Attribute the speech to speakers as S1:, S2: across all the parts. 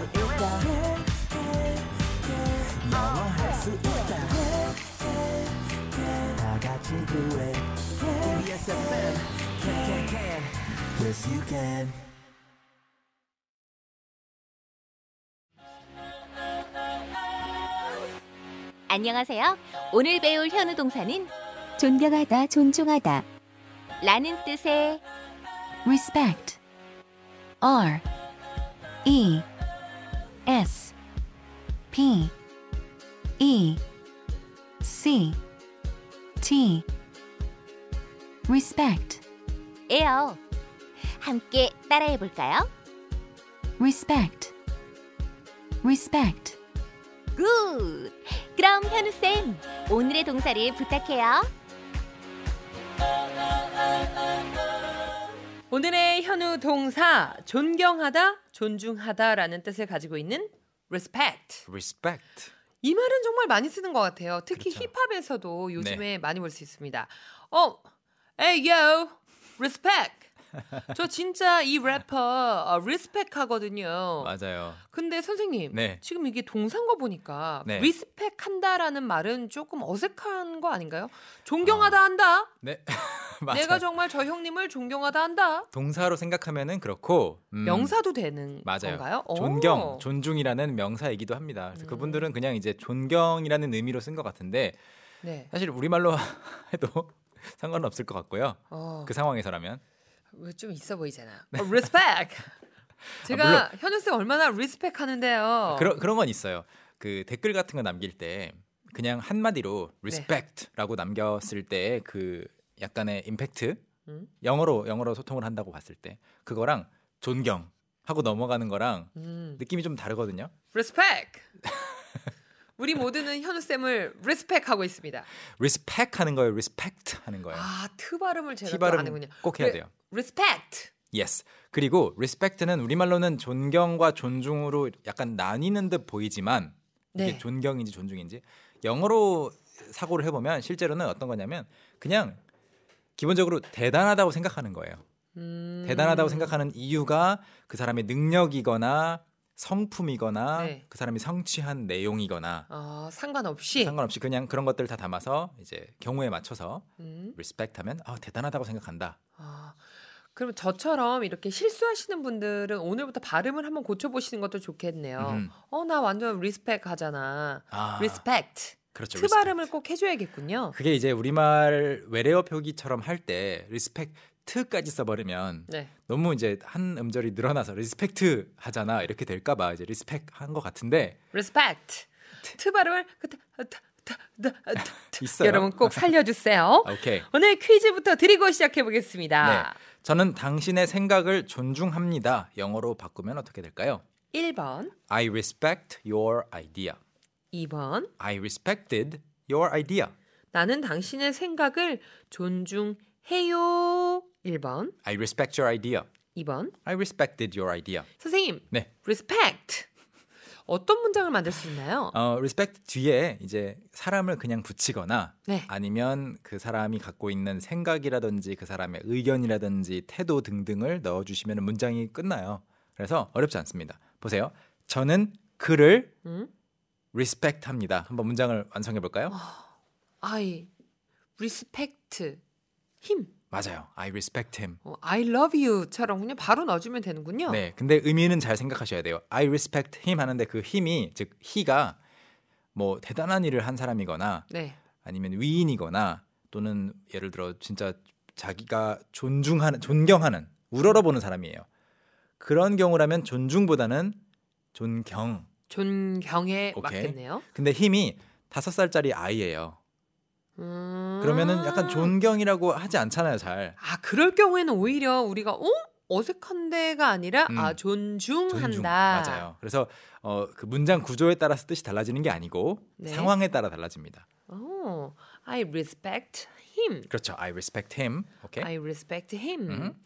S1: 있다 영화할 수 있다 다 같이 do it KBS FM can can can yes you can
S2: 안녕하세요. 오늘 배울 현우 동사는
S3: 존경하다, 존중하다.
S2: 라는 뜻의
S3: respect. R E S P E C T respect.
S2: 에요. 함께 따라해 볼까요?
S3: respect. respect.
S2: 굿! 그럼 현우쌤, 오늘의 동사를 부탁해요.
S4: 오늘의 현우 동사 존경하다, 존중하다라는 뜻을 가지고 있는 respect.
S5: respect.
S4: 이 말은 정말 많이 쓰는 것 같아요. 특히
S5: 그렇죠.
S4: 힙합에서도 요즘에 많이 볼 수 있습니다. 어, hey yo, respect. 저 진짜 이 래퍼 어, respect 하거든요.
S5: 맞아요.
S4: 근데 선생님,
S5: 네.
S4: 지금 이게 동사인 거 보니까
S5: 네.
S4: respect 한다라는 말은 조금 어색한 거 아닌가요? 존경하다 한다.
S5: 네. 맞아요.
S4: 내가 정말 저 형님을 존경하다 한다.
S5: 동사로 생각하면은 그렇고 음,
S4: 명사도 되는
S5: 맞아요.
S4: 건가요? 오.
S5: 존경, 존중이라는 명사이기도 합니다. 그래서
S4: 음.
S5: 그분들은 그냥 이제 존경이라는 의미로 쓴 것 같은데
S4: 네.
S5: 사실 우리말로 해도 상관은 없을 것 같고요.
S4: 어,
S5: 그 상황에서라면
S4: 왜좀 있어 보이잖아. 어, 리스펙. 제가 현우 쌤 얼마나 리스펙 하는데요.
S5: 아, 그런 그런 건 있어요. 그 댓글 같은 거 남길 때 그냥 한 마디로
S4: 네.
S5: respect라고 남겼을 때 그 약간의 임팩트
S4: 음.
S5: 영어로 영어로 소통을 한다고 봤을 때 그거랑 존경 하고 넘어가는 거랑
S4: 음.
S5: 느낌이 좀 다르거든요.
S4: 리스펙. 우리 모두는 현우 쌤을 리스펙 하고 있습니다.
S5: 네. respect 하는 거예요, respect 하는 거예요.
S4: 아, 트 발음을 제가
S5: 티
S4: 또
S5: 발음
S4: 아는군요.
S5: 꼭 해야 돼요.
S4: 리스펙.
S5: yes. 그리고 respect는 우리말로는 존경과 존중으로 약간 나뉘는 듯 보이지만 이게
S4: 네.
S5: 존경인지 존중인지 영어로 사고를 해보면 실제로는 어떤 거냐면 그냥 기본적으로 대단하다고 생각하는 거예요.
S4: 음.
S5: 대단하다고 생각하는 이유가 그 사람의 능력이거나 성품이거나
S4: 네.
S5: 그 사람이 성취한 내용이거나
S4: 아, 상관없이.
S5: 상관없이 그냥 그런 것들을 다 담아서 이제 경우에 맞춰서
S4: 음.
S5: respect하면 아, 대단하다고 생각한다.
S4: 아, 그럼 저처럼 이렇게 실수하시는 분들은 오늘부터 발음을 한번 고쳐보시는 것도 좋겠네요.
S5: 음.
S4: 어, 나 완전 리스펙 하잖아.
S5: 아,
S4: 리스펙트.
S5: 그렇죠.
S4: 트
S5: respect.
S4: 발음을 꼭 해줘야겠군요.
S5: 그게 이제 우리말 외래어 표기처럼 할 때 respect까지 써버리면
S4: 네.
S5: 너무 이제 한 음절이 늘어나서 리스펙트 하잖아 이렇게 될까봐 이제 리스펙 한 것 같은데
S4: 리스펙트. 트 발음을 그때 아, 다, 다, 다, 아, 다, 다.
S5: 있어요.
S4: 여러분 꼭 살려주세요.
S5: 아, 오케이.
S4: 오늘 퀴즈부터 드리고 시작해 보겠습니다.
S5: 네. 저는 당신의 생각을 존중합니다. 영어로 바꾸면 어떻게 될까요?
S4: 1번,
S5: I respect your idea.
S4: 2번.
S5: I respected your idea.
S4: 나는 당신의 생각을 존중해요. 1번,
S5: I respect your idea.
S4: 2번.
S5: I respected your idea.
S4: 선생님,
S5: 네.
S4: respect. 어떤 문장을 만들 수 있나요?
S5: 어, respect 뒤에 이제 사람을 그냥 붙이거나
S4: 네.
S5: 아니면 그 사람이 갖고 있는 생각이라든지 그 사람의 의견이라든지 태도 등등을 넣어 주시면 문장이 끝나요. 그래서 어렵지 않습니다. 보세요. 저는 그를
S4: 음?
S5: respect합니다. 한번 문장을 완성해 볼까요?
S4: 아.
S5: 아.
S4: I respect him.
S5: 맞아요. I respect him.
S4: 어, I love you처럼 그냥 바로 넣어주면 되는군요.
S5: 네. 근데 의미는 잘 생각하셔야 돼요. I respect him 하는데 그 힘이 즉 he가 뭐 대단한 일을 한 사람이거나
S4: 네.
S5: 아니면 위인이거나 또는 예를 들어 진짜 자기가 존중하는 존경하는 우러러보는 사람이에요. 그런 경우라면 존중보다는 존경.
S4: 존경에
S5: 오케이.
S4: 맞겠네요.
S5: 근데 힘이 다섯 살짜리 아이예요.
S4: 음.
S5: 그러면은 약간 존경이라고 하지 않잖아요, 잘.
S4: 아 그럴 경우에는 오히려 우리가 어 어색한데가 아니라
S5: 음.
S4: 아 존중한다.
S5: 존중 맞아요. 그래서 어, 그 문장 구조에 따라서 뜻이 달라지는 게 아니고
S4: 네.
S5: 상황에 따라 달라집니다.
S4: 오, 어, I respect him.
S5: 그렇죠. I respect him. 오케이.
S4: I respect him.
S5: 음.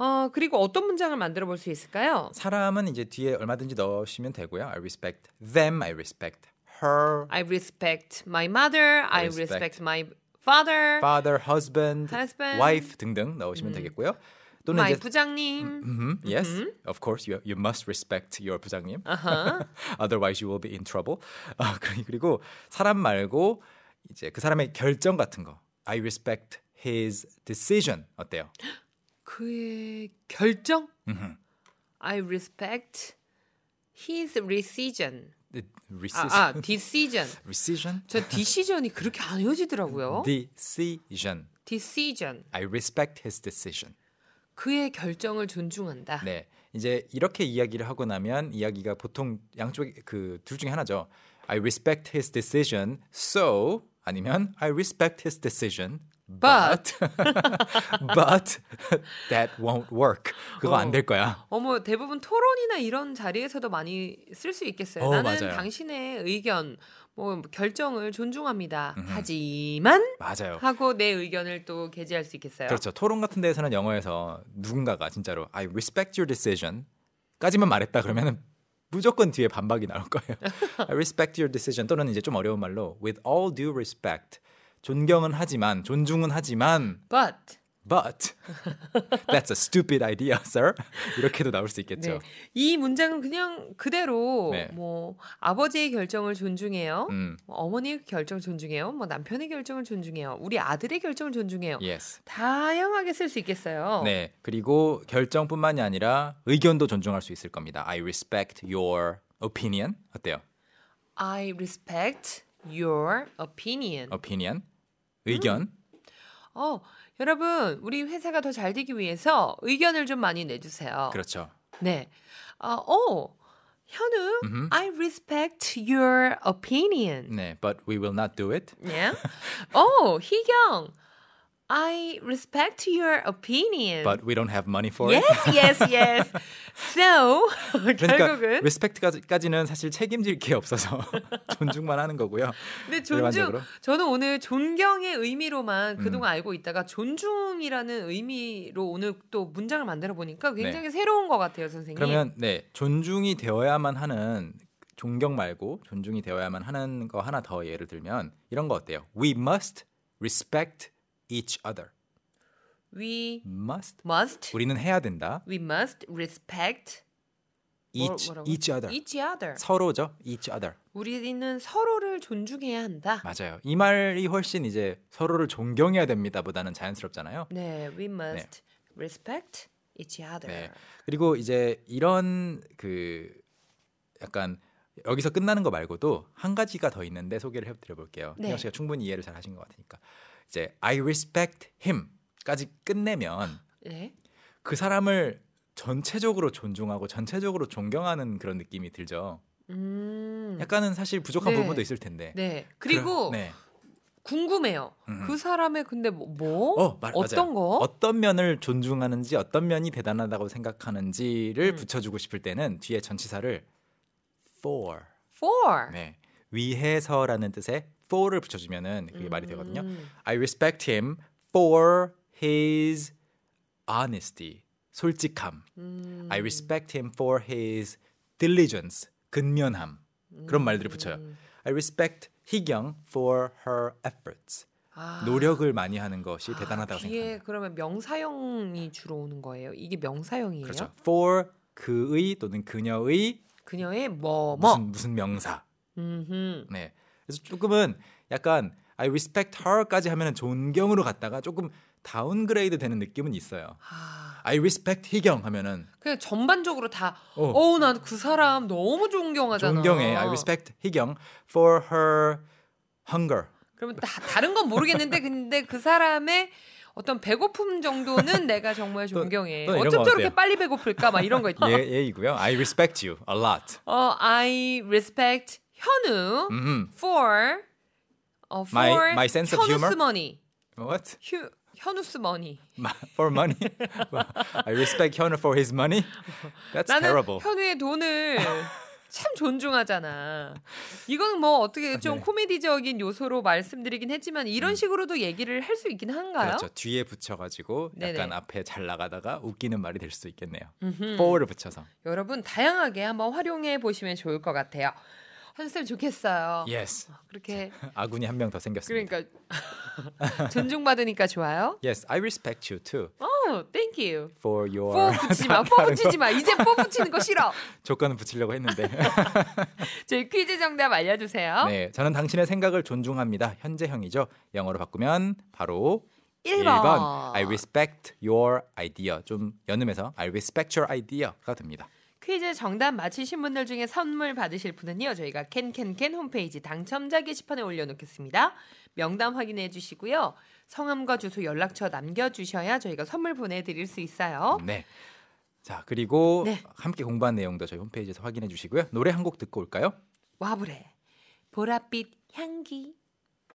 S4: 어 그리고 어떤 문장을 만들어 볼 수 있을까요?
S5: 사람은 이제 뒤에 얼마든지 넣으시면 되고요. I respect them. I respect her.
S4: I respect my mother. I,
S5: I
S4: respect
S5: respect
S4: my father.
S5: father, husband,
S4: husband. 음.
S5: wife 등등 넣으시면 되겠고요. 또는
S4: my
S5: 이제
S4: 부장님.
S5: 음, yes, of course, you, you must respect your 부장님.
S4: Uh-huh.
S5: Otherwise, you will be in trouble. 아, 그리- 그리고 사람 말고 이제 그 사람의 결정 같은 거. I respect his decision. 어때요?
S4: 그의 결정. I respect his decision.
S5: The
S4: 아,
S5: Decision.
S4: 아 decision.
S5: decision.
S4: 저 decision이 그렇게 안 이어지더라고요.
S5: 네. Decision.
S4: decision.
S5: I respect his decision.
S4: 그의 결정을 존중한다.
S5: 네. 이제 이렇게 이야기를 하고 나면 이야기가 보통 양쪽 그 둘 중에 하나죠. I respect his decision, so 아니면 I respect his decision, but but that won't work. 그거 안 될 거야.
S4: 어머 대부분 토론이나 이런 자리에서도 많이 쓸 수 있겠어요.
S5: 어,
S4: 나는
S5: 맞아요.
S4: 당신의 의견, 뭐 결정을 존중합니다. 하지만
S5: 맞아요.
S4: 하고 내 의견을 또 게재할 수 있겠어요.
S5: 그렇죠. 토론 같은 데에서는 영어에서 누군가가 진짜로 I respect your decision까지만 말했다 그러면은 무조건 뒤에 반박이 나올 거예요. I respect your decision 또는 이제 좀 어려운 말로 with all due respect 존경은 하지만 존중은 하지만
S4: But
S5: but that's a stupid idea, sir. 이렇게도 나올 수
S4: 네.
S5: 있겠죠.
S4: 이 문장은 그냥 그대로
S5: 그렇죠. 네.
S4: 뭐 아버지의 결정을 존중해요.
S5: 음,
S4: 뭐 어머니의 결정 존중해요. 뭐 남편의 결정을 존중해요. 우리 아들의 결정을 존중해요.
S5: yes.
S4: 다양하게 쓸 수 네. 있겠어요.
S5: 네. 그리고 결정뿐만이 아니라 의견도 존중할 수 있을 겁니다. I respect your opinion. 어때요?
S4: I respect your opinion.
S5: opinion. 의견.
S4: 음. 어, 여러분, 우리 회사가 더 잘 되기 위해서 의견을 좀 많이 내주세요.
S5: 그렇죠.
S4: 네. 어, 오, 현우,
S5: 음흠.
S4: I respect your opinion.
S5: 네, but we will not do it.
S4: 네. 오, 희경, I respect your opinion.
S5: But we don't have money for it.
S4: yes, yes, yes. So,
S5: 그러니까
S4: 결국은
S5: 리스펙트까지는 사실 책임질 게 없어서 존중만 하는 거고요.
S4: 근데 존중
S5: 일반적으로. 음.
S4: 저는 오늘 존경의 의미로만 그동안 알고 있다가 존중이라는 의미로 오늘 또 문장을 만들어 보니까 굉장히 새로운 것 같아요, 선생님.
S5: 네. 그러면 네 존중이 되어야만 하는 존경 말고 존중이 되어야만 하는 거 하나 더 예를 들면 이런 거 어때요? We must respect each other.
S4: we
S5: Must.
S4: must
S5: 우리는 해야 된다.
S4: we must respect 뭐-
S5: Each
S4: 뭐라고요?
S5: each other.
S4: each other.
S5: 서로죠. Each other.
S4: 우리는 서로를 존중해야 한다.
S5: 맞아요. 이 말이 훨씬 이제 서로를 존경해야 됩니다보다는 자연스럽잖아요.
S4: 네, we must respect each other.
S5: 네. 그리고 이제 이런 그 약간 여기서 끝나는 거 말고도 한 가지가 더 있는데 소개를 해드려 볼게요.
S4: 네.
S5: 희경 씨가 충분히 이해를 잘 하신 것 같으니까 이제 I respect him까지 끝내면
S4: 네.
S5: 그 사람을 전체적으로 존중하고 전체적으로 존경하는 그런 느낌이 들죠.
S4: 음.
S5: 약간은 사실 부족한
S4: 네.
S5: 부분도 있을 텐데.
S4: 네. 그리고
S5: 그런- 네.
S4: 궁금해요.
S5: 음.
S4: 그 사람의 근데 뭐, 뭐?
S5: 어, 말-
S4: 어떤
S5: 맞아요.
S4: 거?
S5: 어떤 면을 존중하는지 어떤 면이 대단하다고 생각하는지를
S4: 음.
S5: 붙여주고 싶을 때는 뒤에 전치사를 for
S4: for.
S5: 네. 위해서라는 뜻의 for를 붙여주면은 그게 말이 되거든요.
S4: 음.
S5: I respect him for his honesty, 솔직함.
S4: 음.
S5: I respect him for his diligence, 근면함. 그런 말들을 붙여요.
S4: 음.
S5: I respect 희경 for her efforts.
S4: 아.
S5: 노력을 많이 하는 것이
S4: 아,
S5: 대단하다고
S4: 뒤에
S5: 생각합니다.
S4: 그러면 명사형이 주로 오는 거예요. 이게 명사형이에요.
S5: 그렇죠. for 그의 또는 그녀의
S4: 그녀의 뭐뭐.
S5: 무슨 무슨 명사.
S4: 음흠.
S5: 네. 그래서 조금은 약간 I respect her까지 하면 존경으로 갔다가 조금 다운그레이드 되는 느낌은 있어요.
S4: 아,
S5: I respect 희경 하면은
S4: 그냥 전반적으로 다.
S5: 어.
S4: 어우 난 그 사람 너무 존경하잖아.
S5: 존경해. I respect 희경 for her hunger.
S4: 그러면 다 다른 건 모르겠는데 근데 그 사람의 어떤 배고픔 정도는 내가 정말
S5: 또-
S4: 존경해.
S5: 또 이런
S4: 어쩜
S5: 거
S4: 저렇게
S5: 어때요?
S4: 빨리 배고플까 막 이런 거 있죠.
S5: 예, 예이고요. I respect you a lot.
S4: 어, I respect 현우
S5: 음.
S4: for 어, for
S5: My- my sense of humor?
S4: 현우 스머니.
S5: What?
S4: 휴, 현우스 머니.
S5: Ma- for money. I respect Hyuna for his money. That's
S4: 나는
S5: terrible.
S4: 현우의 돈을 참 존중하잖아. 이건 뭐 어떻게 좀
S5: 네. 음.
S4: 코미디적인 요소로 말씀드리긴 했지만 이런 식으로도 얘기를 할 수 있긴 한가요?
S5: 그렇죠. 뒤에 붙여가지고 약간
S4: 네네.
S5: 앞에 잘 나가다가 웃기는 말이 될 수 있겠네요. for를 붙여서.
S4: 여러분 다양하게 한번 활용해 보시면 좋을 것 같아요. 한쌤 좋겠어요.
S5: Yes.
S4: 그렇게
S5: 아군이 한 명 더 생겼습니다.
S4: 그러니까 존중받으니까 좋아요.
S5: Yes, I respect you too
S4: 어, thank you.
S5: for your
S4: 포 붙이지 마, 포 붙이지 마. 이제 포 붙이는 거 싫어.
S5: 조건을 붙이려고 했는데.
S4: 저희 퀴즈 정답 알려주세요.
S5: 네, 저는 당신의 생각을 존중합니다. 현재형이죠. 영어로 바꾸면 바로
S4: 1번.
S5: 1번. I respect your idea. 좀 연음해서 I respect your idea가 됩니다.
S4: 퀴즈 정답 맞히신 분들 중에 선물 받으실 분은요. 저희가 캔캔캔 홈페이지 당첨자 게시판에 올려놓겠습니다. 명단 확인해 주시고요. 성함과 주소 연락처 남겨주셔야 저희가 선물 보내드릴 수 있어요.
S5: 네. 자, 그리고
S4: 네.
S5: 함께 공부한 내용도 저희 홈페이지에서 확인해 주시고요. 노래 한 곡 듣고 올까요?
S4: 와브레 보랏빛 향기